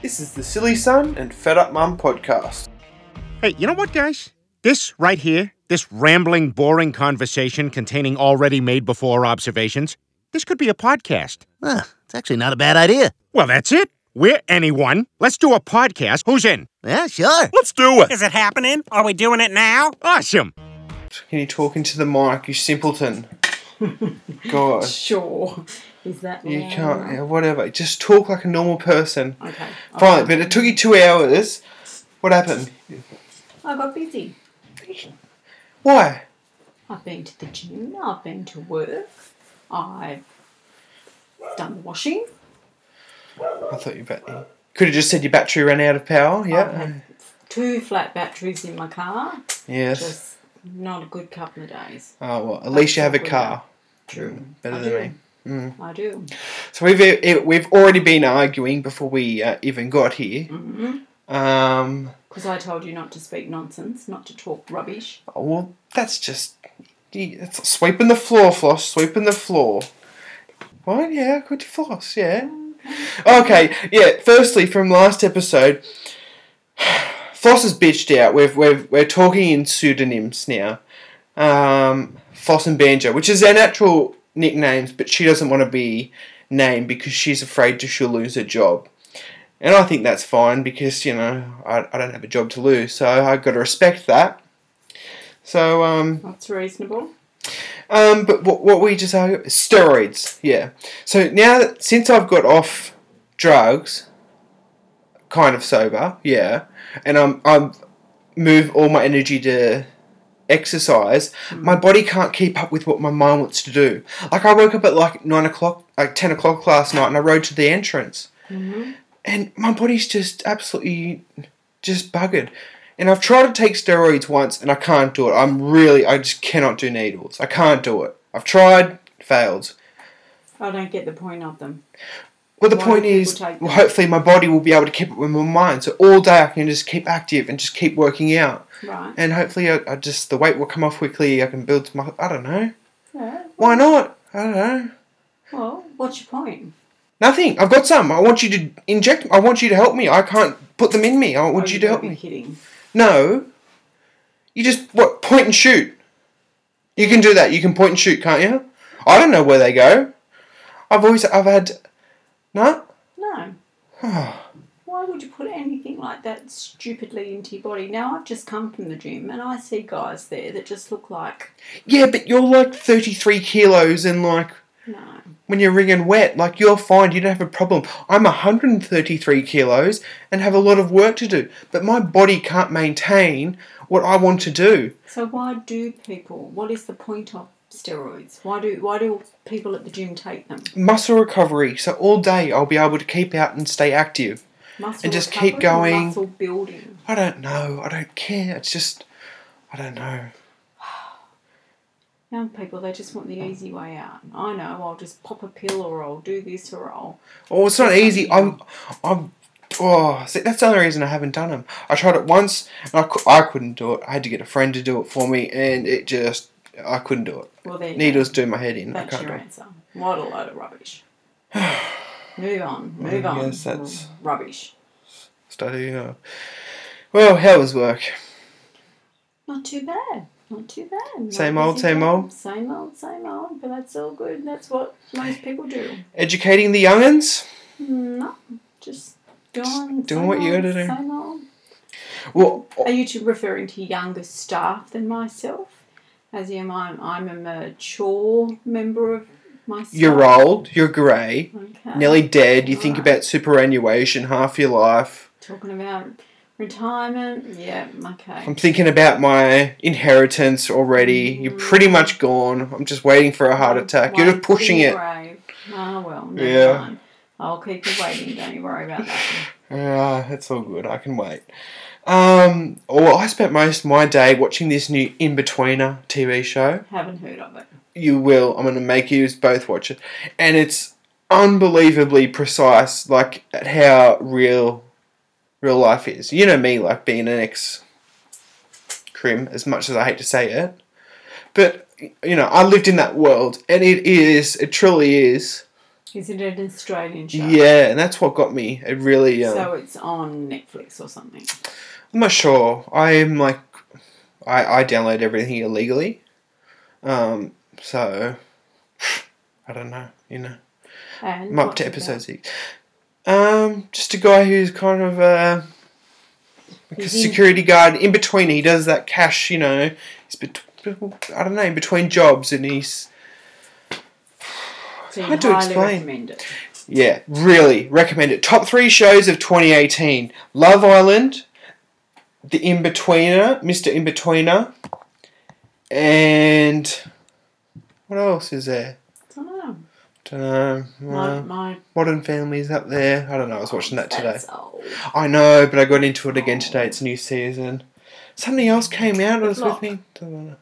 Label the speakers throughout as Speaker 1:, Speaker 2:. Speaker 1: This is the Silly Son and Fed Up Mum podcast.
Speaker 2: Hey, you know what, guys? This right here, this rambling, boring conversation containing already made before observations, this could be a podcast.
Speaker 3: Huh, it's actually not a bad idea.
Speaker 2: Well, that's it. We're anyone. Let's do a podcast. Who's in?
Speaker 3: Yeah, sure.
Speaker 2: Let's do it.
Speaker 4: Is it happening? Are we doing it now?
Speaker 2: Awesome.
Speaker 1: Can you talk into the mic, you simpleton? God,
Speaker 5: Sure. Is that
Speaker 1: you
Speaker 5: loud
Speaker 1: can't.
Speaker 5: enough?
Speaker 1: yeah, whatever, just talk like a normal person.
Speaker 5: Okay.
Speaker 1: Fine, but it took you two hours. What happened?
Speaker 5: I got busy.
Speaker 1: Why?
Speaker 5: I've been to the gym. I've been to work. I've done the washing.
Speaker 1: I thought you bet. Could have just said your battery ran out of power.
Speaker 5: I've
Speaker 1: Yeah.
Speaker 5: had two flat batteries in my car.
Speaker 1: Yes.
Speaker 5: Just not a good couple of days.
Speaker 1: Oh well, at least you have a
Speaker 5: Absolutely.
Speaker 1: car.
Speaker 5: True.
Speaker 1: Better
Speaker 5: I
Speaker 1: than
Speaker 5: do.
Speaker 1: me.
Speaker 5: I do.
Speaker 1: So we've eh, we've already been arguing before we uh, even got here.
Speaker 5: Mm-hmm.
Speaker 1: Um.
Speaker 5: Because I told you not to speak nonsense, not to talk rubbish.
Speaker 1: Oh, well, that's just it's sweeping the floor, floss, sweeping the floor. What? Yeah, good floss. Yeah. Okay. Yeah. Firstly, from last episode, Floss is bitched out. We've we've we're talking in pseudonyms now. Um, Floss and Banjo, which is their natural nicknames, but she doesn't want to be named because she's afraid to she'll lose her job. And I think that's fine because you know I, I don't have a job to lose, so I've got to respect that. So um,
Speaker 5: That's reasonable.
Speaker 1: um, but what, what we just are steroids, yeah. So now that- since I've got off drugs, kind of sober, yeah, and I'm I'm move all my energy to exercise, my body can't keep up with what my mind wants to do. Like I woke up at like nine o'clock, like ten o'clock last night, and I rode to the entrance, and my body's just absolutely just buggered. And I've tried to take steroids once and I can't do it. I'm really, I just cannot do needles. I can't do it. I've tried, failed.
Speaker 5: I don't get the point of them.
Speaker 1: Well, the
Speaker 5: Why do
Speaker 1: point
Speaker 5: people
Speaker 1: is,
Speaker 5: take
Speaker 1: well,
Speaker 5: them?
Speaker 1: hopefully my body will be able to keep up with my mind. So all day I can just keep active and just keep working out.
Speaker 5: Right.
Speaker 1: And hopefully I, I just, the weight will come off quickly. I can build my, I don't know.
Speaker 5: Yeah.
Speaker 1: Why not? I don't know.
Speaker 5: Well, what's your point?
Speaker 1: Nothing. I've got some. I want you to inject, I want you to help me. I can't put them in me. I want
Speaker 5: Oh,
Speaker 1: you to help
Speaker 5: gotta be
Speaker 1: me.
Speaker 5: kidding.
Speaker 1: No. You just what point and shoot. You can do that. You can point and shoot, can't you? I don't know where they go. I've always I've had no.
Speaker 5: No. Why would you put anything like that stupidly into your body? Now I've just come from the gym and I see guys there that just look like
Speaker 1: Yeah, but you're like 33 kilos and like
Speaker 5: no.
Speaker 1: when you're wringing wet, like you're fine. You don't have a problem. I'm 133 kilos and have a lot of work to do, but my body can't maintain what I want to do.
Speaker 5: So why do people? What is the point of steroids? Why do why do people at the gym take them?
Speaker 1: Muscle recovery. So all day I'll be able to keep out and stay active.
Speaker 5: Muscle
Speaker 1: And just keep
Speaker 5: recovery,
Speaker 1: going.
Speaker 5: Muscle building.
Speaker 1: I don't know. I don't care. It's just, I don't know.
Speaker 5: Young people, they just want the easy way out. I know. I'll just pop a pill, or I'll do this, or I'll.
Speaker 1: Oh, it's not easy. I'm, I'm. Oh, see, that's the only reason I haven't done them. I tried it once, and I, cou- I couldn't do it. I had to get a friend to do it for me, and it just, I couldn't do it.
Speaker 5: Well, there you go.
Speaker 1: Needles do my head in. I
Speaker 5: That's
Speaker 1: can't do
Speaker 5: your
Speaker 1: it.
Speaker 5: answer. What a load of rubbish. move on. Move
Speaker 1: I
Speaker 5: on.
Speaker 1: guess that's-
Speaker 5: rubbish.
Speaker 1: Study. Uh, well, how was work?
Speaker 5: Not too bad. Not too bad. Not
Speaker 1: Same old,
Speaker 5: busy
Speaker 1: same
Speaker 5: job.
Speaker 1: old.
Speaker 5: Same old, same old. But that's all good. That's what most people do.
Speaker 1: Educating the youngins.
Speaker 5: No, just doing
Speaker 1: doing
Speaker 5: same
Speaker 1: what you
Speaker 5: old,
Speaker 1: gotta do.
Speaker 5: Same old.
Speaker 1: Well,
Speaker 5: Are you two referring to younger staff than myself? As in, I'm I'm a mature member of my. Staff.
Speaker 1: you're old. You're grey.
Speaker 5: Okay.
Speaker 1: Nearly dead. You think
Speaker 5: Alright.
Speaker 1: about superannuation half your life.
Speaker 5: Talking about retirement. Yeah. Okay.
Speaker 1: I'm thinking about my inheritance already. You're pretty much gone. I'm just waiting for a heart attack. You're just
Speaker 5: Waiting
Speaker 1: pushing
Speaker 5: in
Speaker 1: it.
Speaker 5: the grave. Ah well. Never
Speaker 1: Yeah.
Speaker 5: Mind. I'll keep you waiting. Don't you worry about that.
Speaker 1: Yeah, it's all good. I can wait. Um, well, I spent most of my day watching this new In Betweener TV show.
Speaker 5: Haven't heard of it.
Speaker 1: You will. I'm going to make you both watch it, and it's unbelievably precise, like at how real real life is. You know me, like being an ex crim, as much as I hate to say it, but you know I lived in that world, and it is, it truly is
Speaker 5: Is it an Australian show?
Speaker 1: Yeah, and that's what got me. It really. Um,
Speaker 5: So it's on Netflix or something.
Speaker 1: I'm not sure. I'm like, I, I download everything illegally. Um, so, I don't know, you know.
Speaker 5: And
Speaker 1: I'm up
Speaker 5: what's
Speaker 1: to
Speaker 5: it about?
Speaker 1: episode six. Um, just a guy who's kind of uh, like a
Speaker 5: He's in-
Speaker 1: security guard in between. He does that cash, you know. He's bet- I don't know, in between jobs, and he's
Speaker 5: So you
Speaker 1: Hard to
Speaker 5: highly
Speaker 1: explain.
Speaker 5: recommend it.
Speaker 1: yeah, really recommend it. Top three shows of 2018: Love Island, The In Betweener, Mister In Betweener, and what else is there?
Speaker 5: I don't know.
Speaker 1: Don't know.
Speaker 5: My, my,
Speaker 1: Modern Family's up there. I don't know. I was watching that today.
Speaker 5: That's old.
Speaker 1: I know, but I got into it again today. It's a new season. Something else came out. It was
Speaker 5: Block.
Speaker 1: with me. Don't know.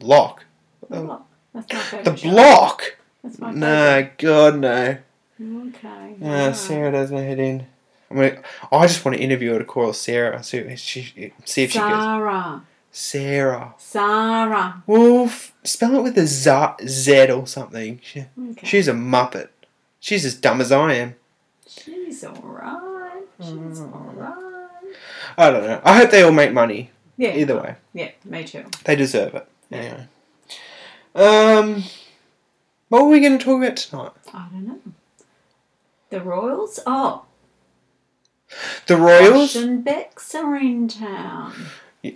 Speaker 1: Lock.
Speaker 5: The block. That's my favourite
Speaker 1: Um, The
Speaker 5: show.
Speaker 1: block.
Speaker 5: That's my favourite.
Speaker 1: No, God no.
Speaker 5: Okay.
Speaker 1: Uh, Sarah does my head in. I mean, I just want to interview her to call Sarah. See if she, see if she goes.
Speaker 5: Sarah.
Speaker 1: Sarah.
Speaker 5: Sarah.
Speaker 1: Well, f- spell it with a Z, Z or something. She,
Speaker 5: Okay.
Speaker 1: she's a muppet. She's as dumb as I am.
Speaker 5: She's alright. She's
Speaker 1: Mm.
Speaker 5: alright.
Speaker 1: I don't know. I hope they all make money.
Speaker 5: Yeah.
Speaker 1: Either way.
Speaker 5: Yeah, me too.
Speaker 1: They deserve it. Anyway. Um, what were we going to talk about tonight?
Speaker 5: I don't know. The Royals? Oh.
Speaker 1: The Royals?
Speaker 5: Russian Becks are in town.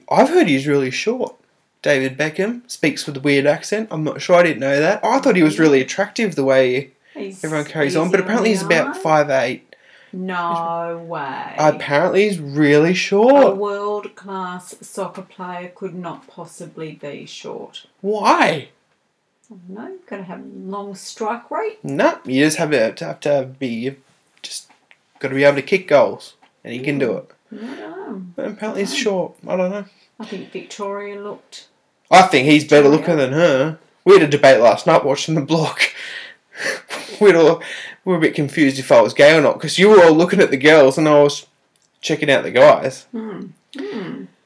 Speaker 1: I've heard he's really short. David Beckham speaks with a weird accent. I'm not sure. I didn't know that. I thought he was really attractive the way
Speaker 5: He's,
Speaker 1: everyone carries
Speaker 5: he's
Speaker 1: on, but apparently he's about
Speaker 5: Illinois?
Speaker 1: five eight.
Speaker 5: No way.
Speaker 1: Apparently he's really
Speaker 5: a
Speaker 1: short.
Speaker 5: world class soccer player could not possibly be short.
Speaker 1: Why?
Speaker 5: No, you've got to have long strike rate.
Speaker 1: No, you just have to have to be you just got to be able to kick goals, and he can do it.
Speaker 5: I don't know.
Speaker 1: But apparently he's short. I don't know.
Speaker 5: I think Victoria looked.
Speaker 1: I think he's better looking than her. We had a debate last night watching the block. We'd all we were a bit confused if I was gay or not because you were all looking at the girls and I was checking out the guys.
Speaker 5: Hmm.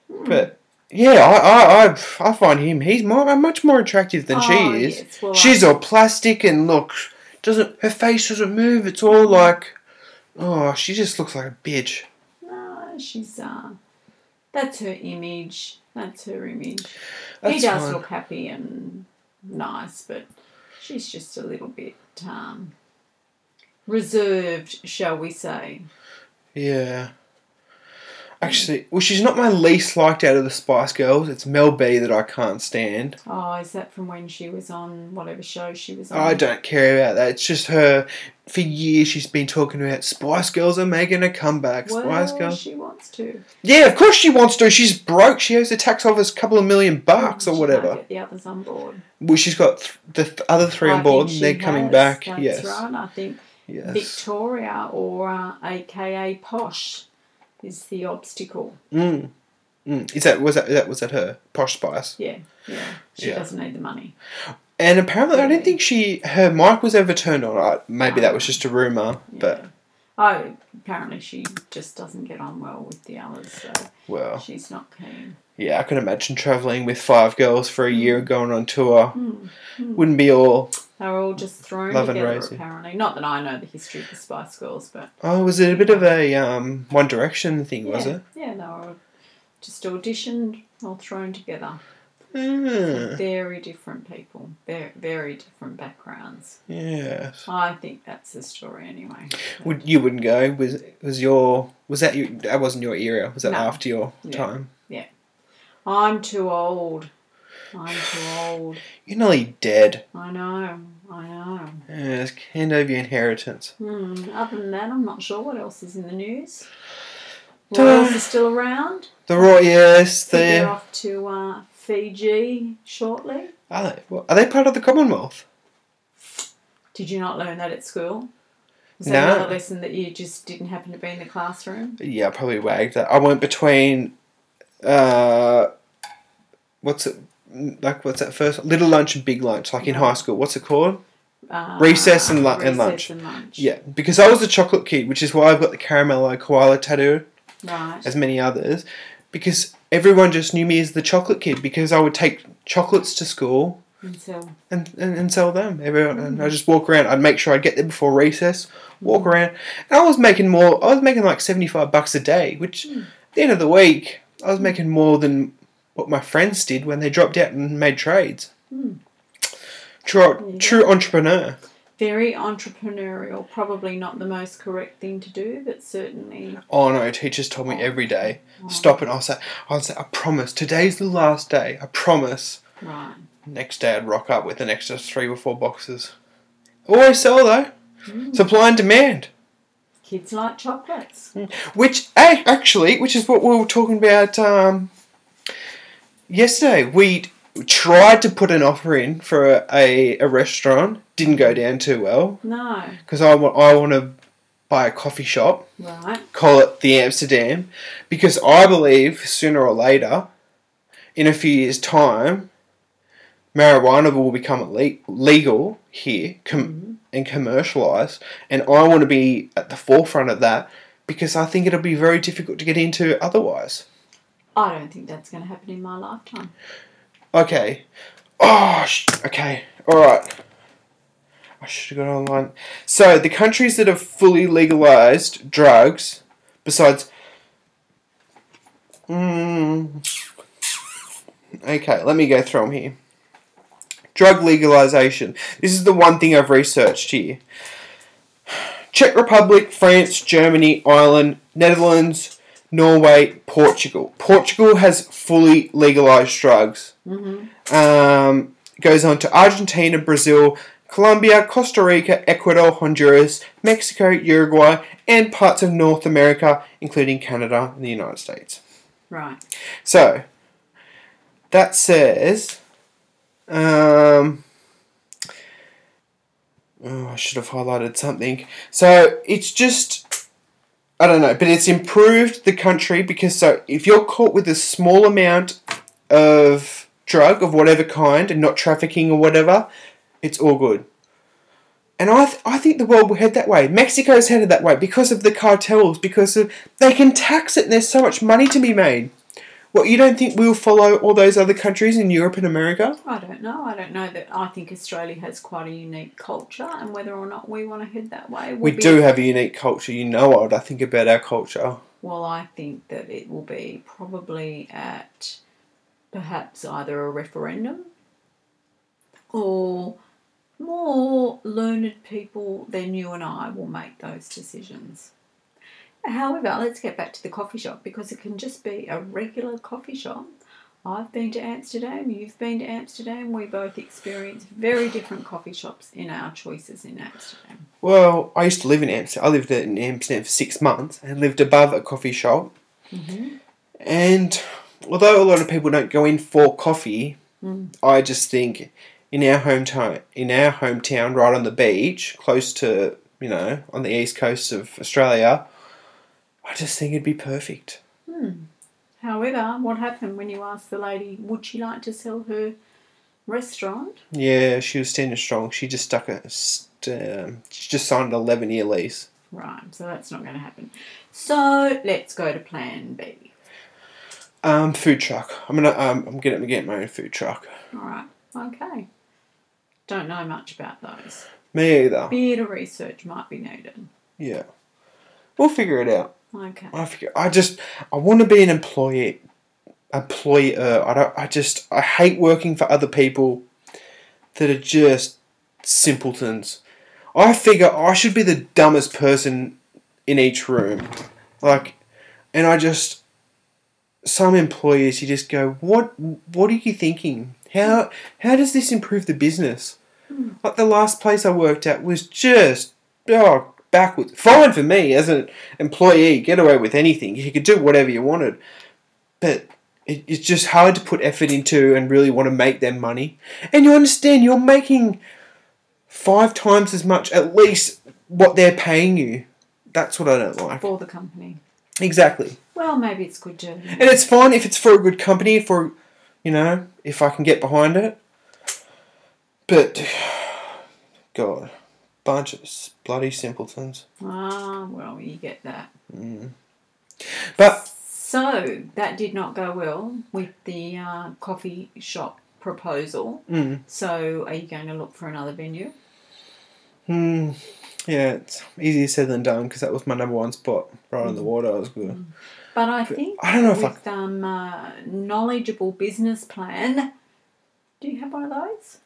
Speaker 1: But yeah, I, I I I find him he's more, much more attractive than
Speaker 5: Oh,
Speaker 1: she is.
Speaker 5: yes, well,
Speaker 1: She's
Speaker 5: I-
Speaker 1: all plastic and look doesn't her face doesn't move. It's all like oh she just looks like a bitch.
Speaker 5: No, she's. Uh, that's her image. That's her image. he
Speaker 1: That's
Speaker 5: does
Speaker 1: fine.
Speaker 5: look happy and nice, but she's just a little bit um, reserved, shall we say.
Speaker 1: Yeah. Actually, well, she's not my least liked out of the Spice Girls. It's Mel B that I can't stand.
Speaker 5: Oh, is that from when she was on whatever show she was on?
Speaker 1: I don't care about that. It's just her. For years, she's been talking about Spice Girls are making a comeback.
Speaker 5: Well,
Speaker 1: Spice Girls.
Speaker 5: she wants to.
Speaker 1: Yeah, of course she wants to. She's broke. She owes the tax office a couple of million bucks or
Speaker 5: She might
Speaker 1: whatever.
Speaker 5: Get the others on board.
Speaker 1: Well, she's got th- the th- other three
Speaker 5: I
Speaker 1: on
Speaker 5: think
Speaker 1: board,
Speaker 5: she
Speaker 1: and they're coming
Speaker 5: has.
Speaker 1: back.
Speaker 5: That's
Speaker 1: yes.
Speaker 5: right. I think
Speaker 1: Yes.
Speaker 5: Victoria or uh, AKA Posh is the obstacle.
Speaker 1: Mm. Mm. Is that was that that was that her posh Spice?
Speaker 5: Yeah, yeah. She
Speaker 1: Yeah.
Speaker 5: doesn't need the money.
Speaker 1: And apparently, I don't think she her mic was ever turned on. I- Maybe that was just a rumor, but
Speaker 5: Oh, apparently she just doesn't get on well with the others, so
Speaker 1: well,
Speaker 5: she's not keen.
Speaker 1: yeah, I can imagine traveling with five girls for a
Speaker 5: Hmm.
Speaker 1: year going on tour. Wouldn't be all.
Speaker 5: They're all just thrown
Speaker 1: Love and
Speaker 5: together
Speaker 1: Rosie.
Speaker 5: apparently. Not that I know the history of the Spice Girls, but
Speaker 1: Oh, was it a bit of a um, One Direction thing? Was
Speaker 5: yeah,
Speaker 1: it?
Speaker 5: yeah, they were just auditioned, all thrown together.
Speaker 1: Mm,
Speaker 5: Very different people, very, very different backgrounds.
Speaker 1: yes.
Speaker 5: I think that's the story anyway.
Speaker 1: Would you wouldn't go? Was was your was that you? That wasn't your era. Was that
Speaker 5: No.
Speaker 1: after your
Speaker 5: Yeah.
Speaker 1: time?
Speaker 5: I'm too old. I'm too old.
Speaker 1: You're nearly dead.
Speaker 5: I know. I know.
Speaker 1: Yes, hand over your inheritance.
Speaker 5: Hmm. Other than that, I'm not sure what else is in the news.
Speaker 1: Ta-da.
Speaker 5: Royals are still around.
Speaker 1: The Roy, yes,
Speaker 5: They're
Speaker 1: the
Speaker 5: off to uh, Fiji shortly.
Speaker 1: are they? what- Are they part of the Commonwealth?
Speaker 5: Did you not learn that at school? Was
Speaker 1: No.
Speaker 5: that another lesson that you just didn't happen to be in the classroom?
Speaker 1: Yeah, I probably wagged that. I went between, uh, what's it like? What's that first? Little lunch and big lunch, like in high school. What's it called?
Speaker 5: Uh,
Speaker 1: Recess and lu- and
Speaker 5: recess
Speaker 1: lunch.
Speaker 5: and lunch.
Speaker 1: Yeah, because I was the chocolate kid, which is why I've got the caramello koala tattoo,
Speaker 5: Right.
Speaker 1: as many others, because everyone just knew me as the chocolate kid because I would take chocolates to school
Speaker 5: And so,
Speaker 1: and, and, and sell them. Everyone, and I just walk around. I'd make sure I'd get there before recess. Walk around, and I was making more. I was making like seventy five bucks a day, which at the end of the week I was making more than what my friends did when they dropped out and made trades. True, true entrepreneur.
Speaker 5: very entrepreneurial. Probably not the most correct thing to do, but certainly.
Speaker 1: Oh no, teachers told me every day, stop and I'll say, I'll say, I promise, today's the last day. I promise.
Speaker 5: Right.
Speaker 1: Next day I'd rock up with an extra three or four boxes. Always sell though. Supply and demand.
Speaker 5: Kids like chocolates.
Speaker 1: Hmm. Which a- actually, which is what we were talking about um, yesterday. We tried to put an offer in for a, a, a restaurant, didn't go down too well
Speaker 5: No.
Speaker 1: because I want I want to buy a coffee shop,
Speaker 5: Right.
Speaker 1: call it the Amsterdam, because I believe sooner or later, in a few years' time, marijuana will become le- legal here com- and commercialized, and I want to be at the forefront of that because I think it'll be very difficult to get into otherwise.
Speaker 5: I don't think that's going to happen in my lifetime.
Speaker 1: Okay. Oh, sh- okay. All right. I should have got online. So the countries that have fully legalized drugs, besides. Mm. Okay, let me go through them here. Drug legalization. This is the one thing I've researched here. Czech Republic, France, Germany, Ireland, Netherlands, Norway, Portugal. Portugal has fully legalized drugs. Um, goes on to Argentina, Brazil, Colombia, Costa Rica, Ecuador, Honduras, Mexico, Uruguay, and parts of North America, including Canada and the United States.
Speaker 5: Right.
Speaker 1: So that says, um, oh, I should have highlighted something. So it's just, I don't know, but it's improved the country because so if you're caught with a small amount of drug of whatever kind and not trafficking or whatever, it's all good. And I, th- I think the world will head that way. Mexico's headed that way because of the cartels, because of, they can tax it and there's so much money to be made. Well, you don't think we'll follow all those other countries in Europe and America?
Speaker 5: I don't know. I don't know that. I think Australia has quite a unique culture, and whether or not we want to head that way, will
Speaker 1: We
Speaker 5: be-
Speaker 1: do have a unique culture. You know what I think about our culture.
Speaker 5: Well, I think that it will be probably at perhaps either a referendum or more learned people than you and I will make those decisions. However, let's get back to the coffee shop because it can just be a regular coffee shop. I've been to Amsterdam, you've been to Amsterdam, we both experienced very different coffee shops in our choices in Amsterdam.
Speaker 1: Well, I used to live in Amsterdam. I lived in Amsterdam for six months and lived above a coffee shop. And although a lot of people don't go in for coffee, I just think in our hometown, in our hometown, right on the beach, close to you know on the east coast of Australia, I just think it'd be perfect.
Speaker 5: However, what happened when you asked the lady, would she like to sell her restaurant?
Speaker 1: Yeah, she was standing strong. She just stuck a. St- um, she just signed an 11 year lease.
Speaker 5: Right, so that's not going to happen. So let's go to plan B.
Speaker 1: Um, food truck. I'm gonna. Um, I'm gonna get my own food truck.
Speaker 5: All right, okay. Don't know much about those.
Speaker 1: Me either.
Speaker 5: Bit of research might be needed.
Speaker 1: Yeah, we'll figure it out.
Speaker 5: Okay.
Speaker 1: I figure. I just. I want to be an employee. Employer. I don't. I just. I hate working for other people that are just simpletons. I figure I should be the dumbest person in each room. Like, and I just some employers you just go, what What are you thinking? How How does this improve the business? Like the last place I worked at was just oh backwards. Fine for me as an employee, get away with anything. You could do whatever you wanted, but. it- It's just hard to put effort into and really want to make their money. And you understand you're making five times as much at least what they're paying you. That's what I don't like.
Speaker 5: For the company.
Speaker 1: Exactly.
Speaker 5: Well, maybe it's good to.
Speaker 1: And it's fine if it's for a good company, for, you know, if I can get behind it. But, God, bunch of s- bloody simpletons.
Speaker 5: Ah, well, you get that.
Speaker 1: But,
Speaker 5: So that did not go well with the uh, coffee shop proposal.
Speaker 1: Mm.
Speaker 5: So, are you going to look for another venue?
Speaker 1: Hmm. Yeah, it's easier said than done because that was my number one spot right on the water. I was good.
Speaker 5: But I think
Speaker 1: I don't know if I-
Speaker 5: with um, uh, knowledgeable business plan, do you have one of those?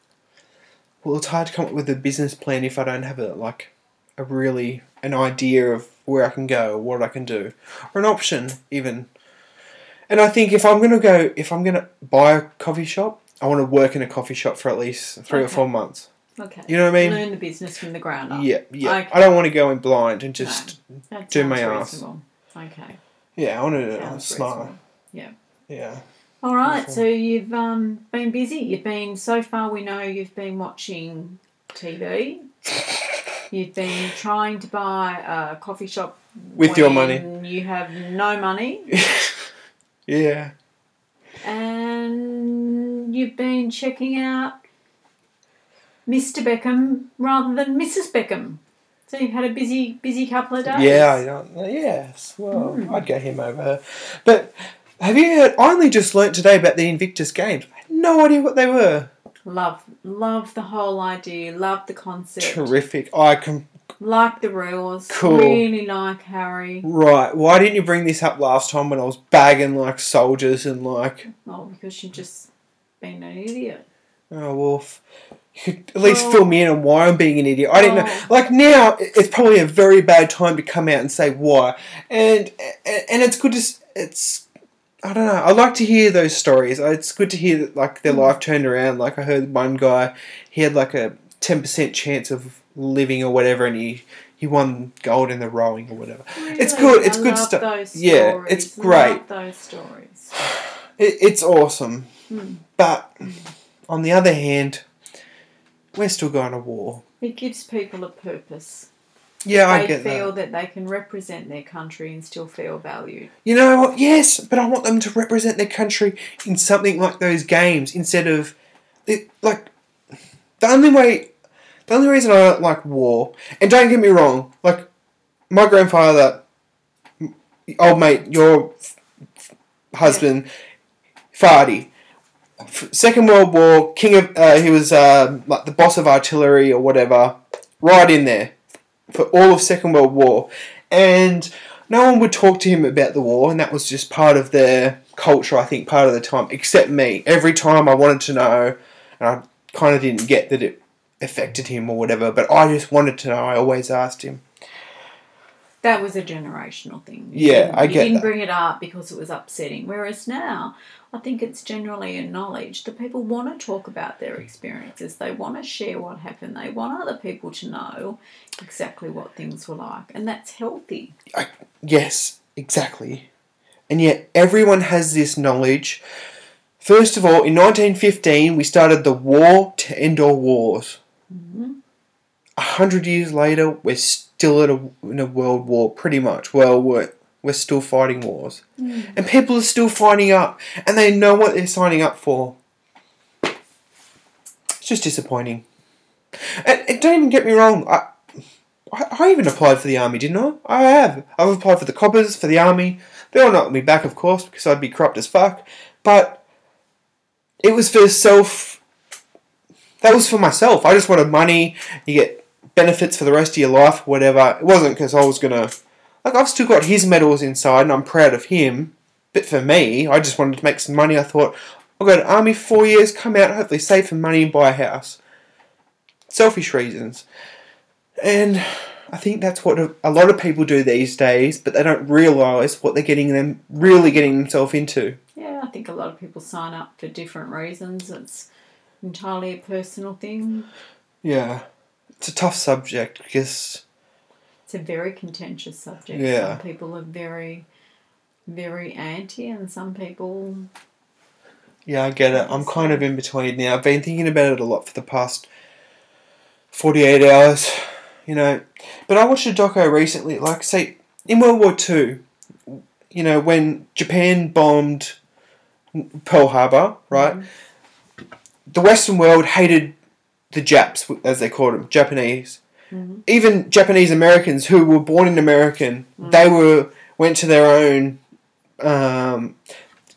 Speaker 1: Well, it's hard to come up with a business plan if I don't have a like a really an idea of where I can go, what I can do, or an option even. And I think if I'm gonna go, if I'm gonna buy a coffee shop, I want to work in a coffee shop for at least three or
Speaker 5: Okay.
Speaker 1: four months.
Speaker 5: Okay.
Speaker 1: You know what I mean?
Speaker 5: Learn the business from the ground up.
Speaker 1: Yeah, yeah.
Speaker 5: Okay.
Speaker 1: I don't want to go in blind and just
Speaker 5: That
Speaker 1: do
Speaker 5: sounds
Speaker 1: my ass.
Speaker 5: reasonable. Okay.
Speaker 1: yeah. I want to
Speaker 5: sounds
Speaker 1: smart.
Speaker 5: reasonable. Yeah.
Speaker 1: Yeah.
Speaker 5: All right. So you've um, been busy. You've been so far. We know you've been watching TV. You've been trying to buy a coffee shop
Speaker 1: With your
Speaker 5: when You have no money,
Speaker 1: Yeah.
Speaker 5: and you've been checking out Mr. Beckham rather than Mrs. Beckham. So you've had a busy, busy couple of days.
Speaker 1: Yeah, I don't. Yes, well,
Speaker 5: Hmm.
Speaker 1: I'd go him over her. But have you heard? I only just learnt today about the Invictus Games. I had no idea what they were.
Speaker 5: Love, love the whole idea. Love the concept.
Speaker 1: Terrific. I can.
Speaker 5: Like the rules.
Speaker 1: Cool.
Speaker 5: Really like Harry.
Speaker 1: Right. Why didn't you bring this up last time when I was bagging like soldiers and like
Speaker 5: Oh, because you've just been an idiot.
Speaker 1: oh wolf? You could at least
Speaker 5: Well-
Speaker 1: fill me in on why I'm being an idiot. I didn't know.
Speaker 5: Well-
Speaker 1: Like now, it- it's probably a very bad time to come out and say why. And and, and it's good to. s- It's I don't know. I like to hear those stories. I- It's good to hear that like their life turned around. Like I heard one guy, he had like a ten percent chance of living or whatever, and he he won gold in the rowing or whatever. It's
Speaker 5: Really,
Speaker 1: good. It's
Speaker 5: I
Speaker 1: good
Speaker 5: love
Speaker 1: stuff.
Speaker 5: those
Speaker 1: Yeah, it's
Speaker 5: stories.
Speaker 1: great.
Speaker 5: Love those stories.
Speaker 1: It, it's awesome. But on the other hand, we're still going to war.
Speaker 5: It gives people a purpose.
Speaker 1: Yeah, I
Speaker 5: they
Speaker 1: get that.
Speaker 5: feel that. they can represent their country and still feel valued.
Speaker 1: You know what? Yes, but I want them to represent their country in something like those games instead of it, like the only way. The only reason I don't like war, and don't get me wrong, like my grandfather, m- old mate, your f- f- husband, Fardy, f- Second World War, king of uh, he was um like the boss of artillery or whatever, right in there for all of Second World War, and no one would talk to him about the war, and that was just part of their culture, I think, part of the time, except me. Every time I wanted to know, and I kind of didn't get that it affected him or whatever, but I just wanted to know. I always asked him.
Speaker 5: That was a generational thing.
Speaker 1: Yeah,
Speaker 5: You didn't-
Speaker 1: I
Speaker 5: you
Speaker 1: get
Speaker 5: didn't
Speaker 1: that.
Speaker 5: bring it up because it was upsetting. Whereas now, I think it's generally a knowledge that people want to talk about their experiences. They want to share what happened. They want other people to know exactly what things were like, and that's healthy.
Speaker 1: Yes, exactly. And yet, everyone has this knowledge. First of all, in 1915, we started the war to end all wars. A hundred years later, we're still at a, in a world war, pretty much. Well, we're, we're still fighting wars. And people are still fighting up, and they know what they're signing up for. It's just disappointing. And, and don't even get me wrong, I, I, I even applied for the army, didn't I? I have. I've applied for the coppers, for the army. They all knocked me back, of course, because I'd be corrupt as fuck. But it was for self. That was for myself. I just wanted money. You get benefits for the rest of your life, whatever. It wasn't because I was gonna. Like I've still got his medals inside, and I'm proud of him. But for me, I just wanted to make some money. I thought I'll go to army for four years, come out, hopefully save some money and buy a house. Selfish reasons. And I think that's what a, a lot of people do these days, but they don't realise what they're getting them really getting themselves into.
Speaker 5: Yeah, I think a lot of people sign up for different reasons. It's entirely a personal thing.
Speaker 1: Yeah, it's a tough subject because
Speaker 5: It's a very contentious subject.
Speaker 1: Yeah.
Speaker 5: Some people are very, very anti, and some people.
Speaker 1: yeah, I get it. I'm kind of in between now. I've been thinking about it a lot for the past forty eight hours, you know. But I watched a doco recently. Like, say in World War Two, you know, when Japan bombed Pearl Harbor, right? The Western world hated the Japs, as they called them, Japanese. Even Japanese Americans who were born in American, they were went to their own um,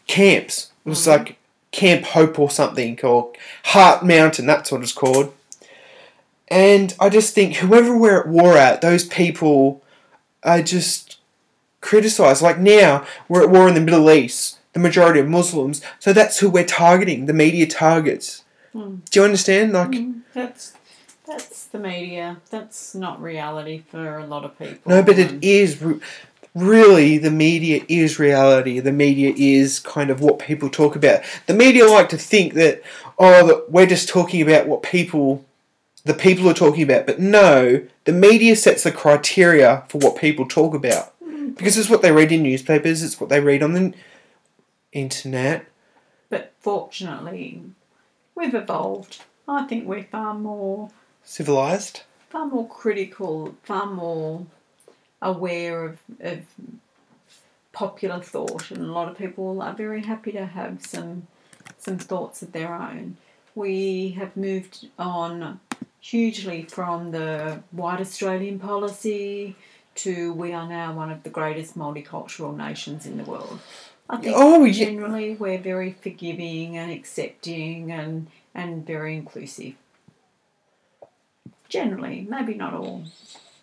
Speaker 1: camps. It was like Camp Hope or something, or Heart Mountain, that's what it's called. And I just think whoever we're at war at, those people are just criticised. Like now, we're at war in the Middle East, the majority of Muslims, so that's who we're targeting, the media targets. Do you understand? Like,
Speaker 5: That's that's the media. That's not reality for a lot of people. Um,
Speaker 1: No, but it
Speaker 5: and-
Speaker 1: is re- really the media is reality. The media is kind of what people talk about. The media like to think that oh, that we're just talking about what people, the people are talking about. But no, the media sets the criteria for what people talk about because it's what they read in newspapers. It's what they read on the n- internet.
Speaker 5: But fortunately, we've evolved. I think we're far more
Speaker 1: Civilized.
Speaker 5: far more critical, far more aware of, of popular thought, and a lot of people are very happy to have some some thoughts of their own. We have moved on hugely from the white Australian policy to we are now one of the greatest multicultural nations in the world. I think
Speaker 1: Oh, ye-
Speaker 5: generally we're very forgiving and accepting and and very inclusive. Generally, maybe not all.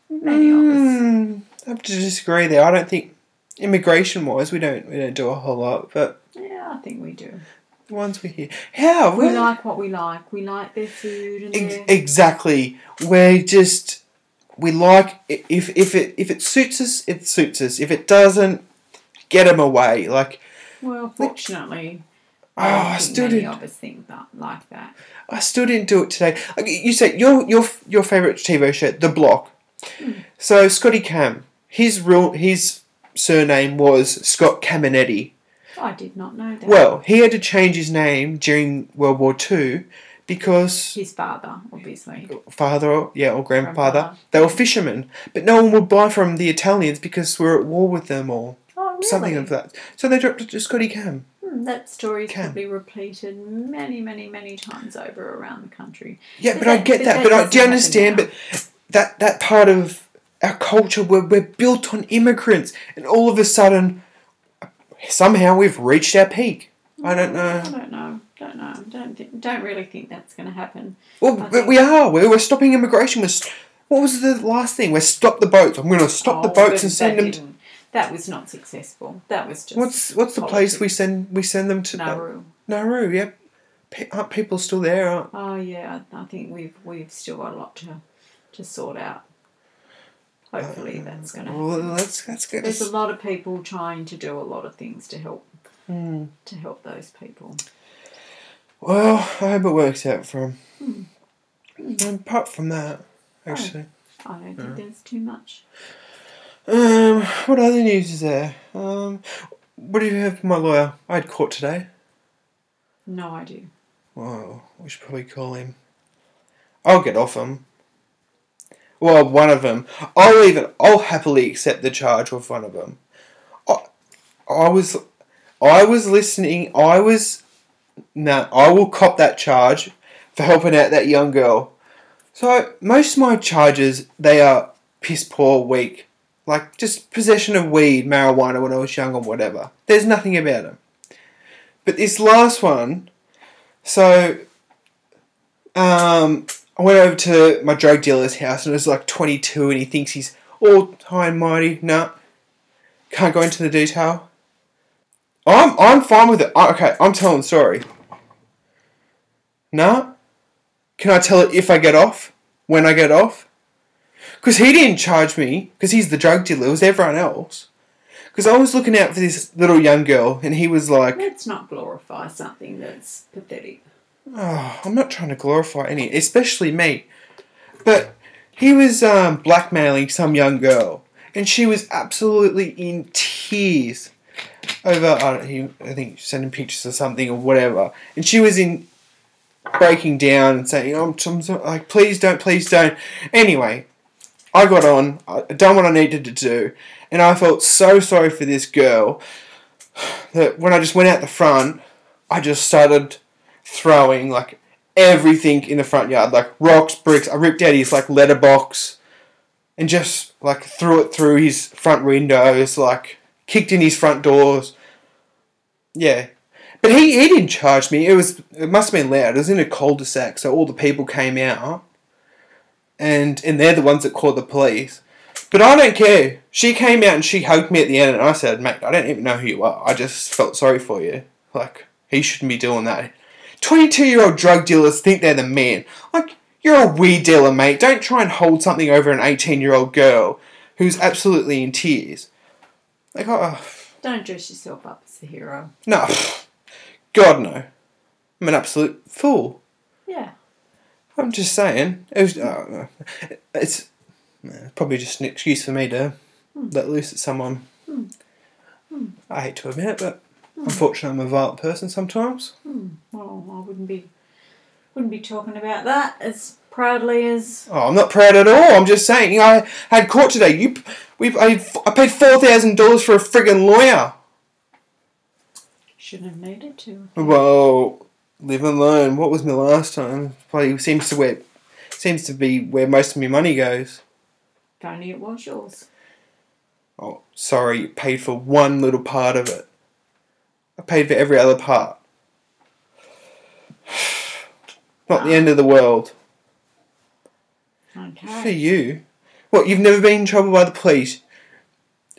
Speaker 5: Many of us.
Speaker 1: Mm, I have to disagree there. I don't think immigration wise we don't we don't do a whole lot, but
Speaker 5: Yeah, I think we do.
Speaker 1: the ones we hear how
Speaker 5: We
Speaker 1: Where-
Speaker 5: like what we like. We like their food and
Speaker 1: Ex-
Speaker 5: their.
Speaker 1: exactly. We're just we like i- if if it if it suits us, it suits us. If it doesn't, get them away. Like
Speaker 5: Well, fortunately,
Speaker 1: oh,
Speaker 5: I don't
Speaker 1: I
Speaker 5: think
Speaker 1: still
Speaker 5: many
Speaker 1: didn't.
Speaker 5: of us think that like that.
Speaker 1: I still didn't do it today. Like you said, your your your favorite TV show, The Block. So Scotty Cam, his real his surname was Scott Caminetti.
Speaker 5: I did not know that.
Speaker 1: Well, he had to change his name during World War Two because
Speaker 5: his father, obviously.
Speaker 1: father, or- yeah, or grandfather.
Speaker 5: Grandfather.
Speaker 1: They were fishermen, but no one would buy from the Italians because we were at war with them or
Speaker 5: Oh, really?
Speaker 1: something of that. So they dropped it to Scotty Cam.
Speaker 5: Hmm, that story is
Speaker 1: Can.
Speaker 5: probably repeated many, many, many times over around the country.
Speaker 1: Yeah,
Speaker 5: But
Speaker 1: but, I
Speaker 5: that-
Speaker 1: get
Speaker 5: but
Speaker 1: that.
Speaker 5: that
Speaker 1: but I do you
Speaker 5: doesn't
Speaker 1: understand.
Speaker 5: happen
Speaker 1: But that that part of our culture where we're built on immigrants, and all of a sudden, somehow we've reached our peak. I don't know.
Speaker 5: I don't know. Don't know. Don't thi- don't really think that's going to happen.
Speaker 1: Well,
Speaker 5: I
Speaker 1: but we are. We're, we're stopping immigration. We're st- what was the last thing? We stopped the boats. I'm going to stop the
Speaker 5: Oh,
Speaker 1: boats
Speaker 5: but
Speaker 1: and send
Speaker 5: that
Speaker 1: them. To,
Speaker 5: didn't- that was not successful. That was just
Speaker 1: what's what's the place we send we send them to?
Speaker 5: Nauru.
Speaker 1: Nauru, yeah. Pe- aren't people still there? Aren't?
Speaker 5: Oh yeah, I think we've we've still got a lot to to sort out. Hopefully that's going to.
Speaker 1: Uh, Well, that's that's good.
Speaker 5: There's a lot of people trying to do a lot of things to help
Speaker 1: Hmm.
Speaker 5: to help those people.
Speaker 1: Well, I hope it works out for him.
Speaker 5: Hmm.
Speaker 1: And apart from that,
Speaker 5: Oh.
Speaker 1: actually,
Speaker 5: I don't think there's too much.
Speaker 1: um, what other news is there? Um, what do you have for my lawyer? I had court today.
Speaker 5: No, I do.
Speaker 1: Well, we should probably call him. I'll get off him. Well, one of them. I'll even. I'll happily accept the charge with one of them. I, I was, I was listening. I was. No, I will cop that charge for helping out that young girl. So most of my charges, they are piss poor, weak, like just possession of weed, marijuana when I was young or whatever. There's nothing about them. But this last one, so, um, I went over to my drug dealer's house and it was like 22 and he thinks he's all high and mighty. Nah, can't go into the detail. I'm, I'm fine with it. I- Okay, I'm telling the story. Nah, can I tell it if I get off? When I get off? Because he didn't charge me, because he's the drug dealer, it was everyone else. Because I was looking out for this little young girl and he was like,
Speaker 5: Let's not glorify something that's pathetic.
Speaker 1: Oh, I'm not trying to glorify any, especially me. But he was um, blackmailing some young girl, and she was absolutely in tears over. I don't. He, I think sending pictures or something or whatever, and she was in breaking down and saying, "Oh, "I'm, I'm so, like, please don't, please don't." Anyway, I got on. I done what I needed to do, and I felt so sorry for this girl that when I just went out the front, I just started throwing like everything in the front yard, like rocks, bricks. I ripped out his like letterbox and just like threw it through his front windows, like kicked in his front doors. Yeah. But he, he didn't charge me. It was it must have been loud. It was in a cul-de-sac, so all the people came out, and and they're the ones that called the police. But I don't care. She came out and she hugged me at the end, and I said, "Mate, I don't even know who you are. I just felt sorry for you. Like he shouldn't be doing that." Twenty-two-year-old drug dealers think they're the man. Like you're a weed dealer, mate. Don't try and hold something over an eighteen-year-old girl who's absolutely in tears. Like, oh
Speaker 5: Don't dress yourself up as a hero.
Speaker 1: no, pfft. God no. I'm an absolute fool.
Speaker 5: Yeah.
Speaker 1: I'm just saying. It was, uh, it's uh, probably just an excuse for me to let loose at someone. I hate to admit it, but unfortunately, I'm a violent person sometimes.
Speaker 5: Well, I wouldn't be wouldn't be talking about that as proudly as
Speaker 1: Oh, I'm not proud at all. I'm just saying. you know, I had court today. You, we, I, I paid four thousand dollars for a friggin' lawyer.
Speaker 5: shouldn't have needed to.
Speaker 1: Well, live and learn. What was my last time? Probably seems to where, seems to be where most of my money goes.
Speaker 5: If only it was yours.
Speaker 1: Oh, sorry, you paid for one little part of it. I paid for every other part. Not the end of the world. For
Speaker 5: Okay.
Speaker 1: you. What, you've never been in trouble by the police?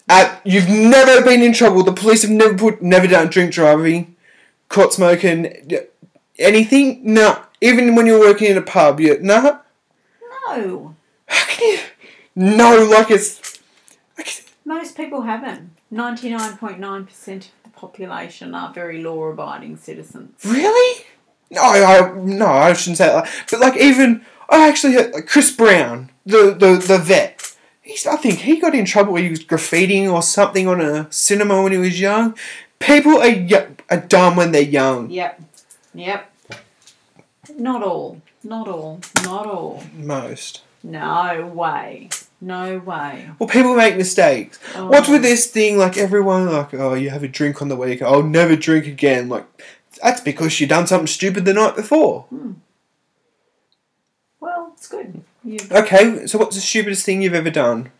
Speaker 1: Uh, you've never been in trouble. The police have never put, never done drink driving, caught smoking, y- anything? No. Even when you're working in a pub, you no.
Speaker 5: No,
Speaker 1: How can you? No, like it's.
Speaker 5: most people haven't. Ninety nine point nine percent of the population are very law abiding citizens.
Speaker 1: Really? No, I no, I shouldn't say that. But like even I actually heard, like Chris Brown, the the the vet. He's I think he got in trouble. He was graffitiing or something on a cinema when he was young. People are y- are dumb when they're young.
Speaker 5: Yep. Yep. Not all. Not all. Not all.
Speaker 1: Most.
Speaker 5: No way. No way.
Speaker 1: Well, people make mistakes.
Speaker 5: Oh.
Speaker 1: What's with this thing? Like everyone, like oh, you have a drink on the week. I'll never drink again. Like that's because you done something stupid the night before.
Speaker 5: Well, it's good. You
Speaker 1: Okay, so what's the stupidest thing you've ever done?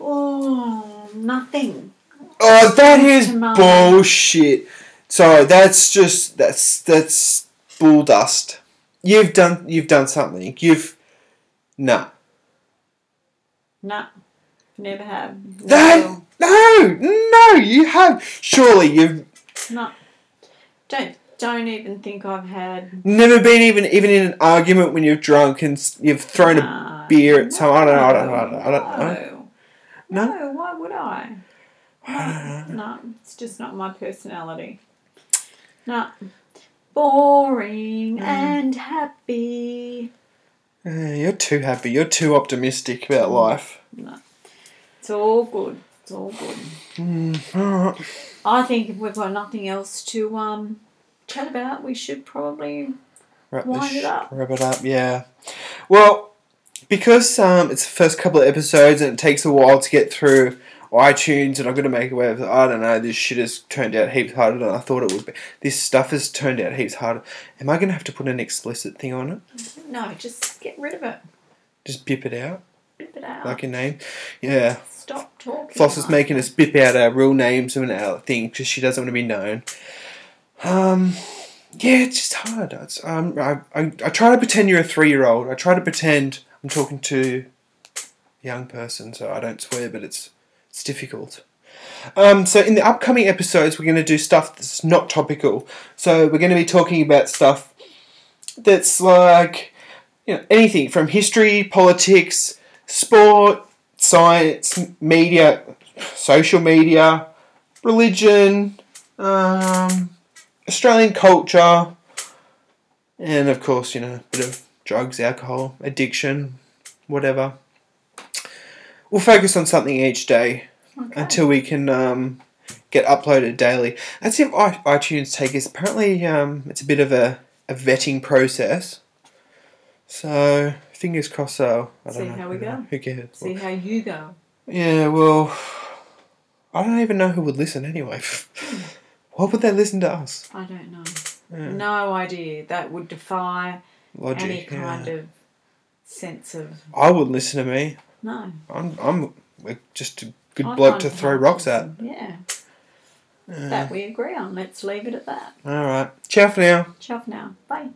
Speaker 5: Oh, nothing.
Speaker 1: Oh, that is
Speaker 5: Come on.
Speaker 1: bullshit. Sorry, that's just that's that's bull dust. You've done you've done something. You've no
Speaker 5: No. Never have.
Speaker 1: that no no. You have surely you've
Speaker 5: No. Don't don't even think I've had
Speaker 1: never been even even in an argument when you're drunk and s- you've thrown a beer at someone. I don't know. I don't know. I don't know. I don't know.
Speaker 5: No.
Speaker 1: No?
Speaker 5: No, oh, why would I?
Speaker 1: Uh-huh.
Speaker 5: Why- no, it's just not my personality. No.
Speaker 1: Mm.
Speaker 5: Boring and happy.
Speaker 1: Uh, you're too happy. You're too optimistic about life.
Speaker 5: It's all good. It's all good.
Speaker 1: Alright.
Speaker 5: I think if we've got nothing else to um chat about, we should probably
Speaker 1: wrap
Speaker 5: Wind
Speaker 1: this,
Speaker 5: it up.
Speaker 1: Wrap it up, yeah. Well, because um, it's the first couple of episodes and it takes a while to get through iTunes, and I'm going to make a way of I don't know, this shit has turned out heaps harder than I thought it would be. This stuff has turned out heaps harder. Am I going to have to put an explicit thing on it?
Speaker 5: no, just get rid of it.
Speaker 1: Just bip it out,
Speaker 5: Rip it out.
Speaker 1: like your name? Yeah.
Speaker 5: Stop talking.
Speaker 1: Floss is
Speaker 5: like
Speaker 1: making us bip out our real names and our thing because she doesn't want to be known. Um, yeah, it's just hard. It's, um, I, I, I try to pretend you're a three year old. I try to pretend I'm talking to a young person, so I don't swear, but it's it's difficult. Um, so in the upcoming episodes, we're going to do stuff that's not topical. So we're going to be talking about stuff that's like you know anything from history, politics, sport, science, m- media, social media, religion, um, Australian culture, and of course you know a bit of drugs, alcohol, addiction, whatever. We'll focus on something each day until we can um, get uploaded daily. That's if i- iTunes take us. Apparently, um, it's a bit of a, a vetting process. So fingers crossed. So I don't
Speaker 5: See
Speaker 1: know.
Speaker 5: how we go.
Speaker 1: Who cares?
Speaker 5: See how you go.
Speaker 1: Yeah, well, I don't even know who would listen anyway. Why would they listen to us?
Speaker 5: I don't know. No idea. That would defy
Speaker 1: Logic.
Speaker 5: any
Speaker 1: yeah.
Speaker 5: kind of sense of
Speaker 1: I wouldn't listen to me.
Speaker 5: no.
Speaker 1: I'm, I'm we're just a good
Speaker 5: I
Speaker 1: bloke
Speaker 5: find
Speaker 1: to
Speaker 5: it
Speaker 1: throw
Speaker 5: hard
Speaker 1: rocks at.
Speaker 5: listen. Yeah.
Speaker 1: that we agree on. Let's leave it at that.
Speaker 5: All right. Ciao for now.
Speaker 1: Ciao for now. Bye.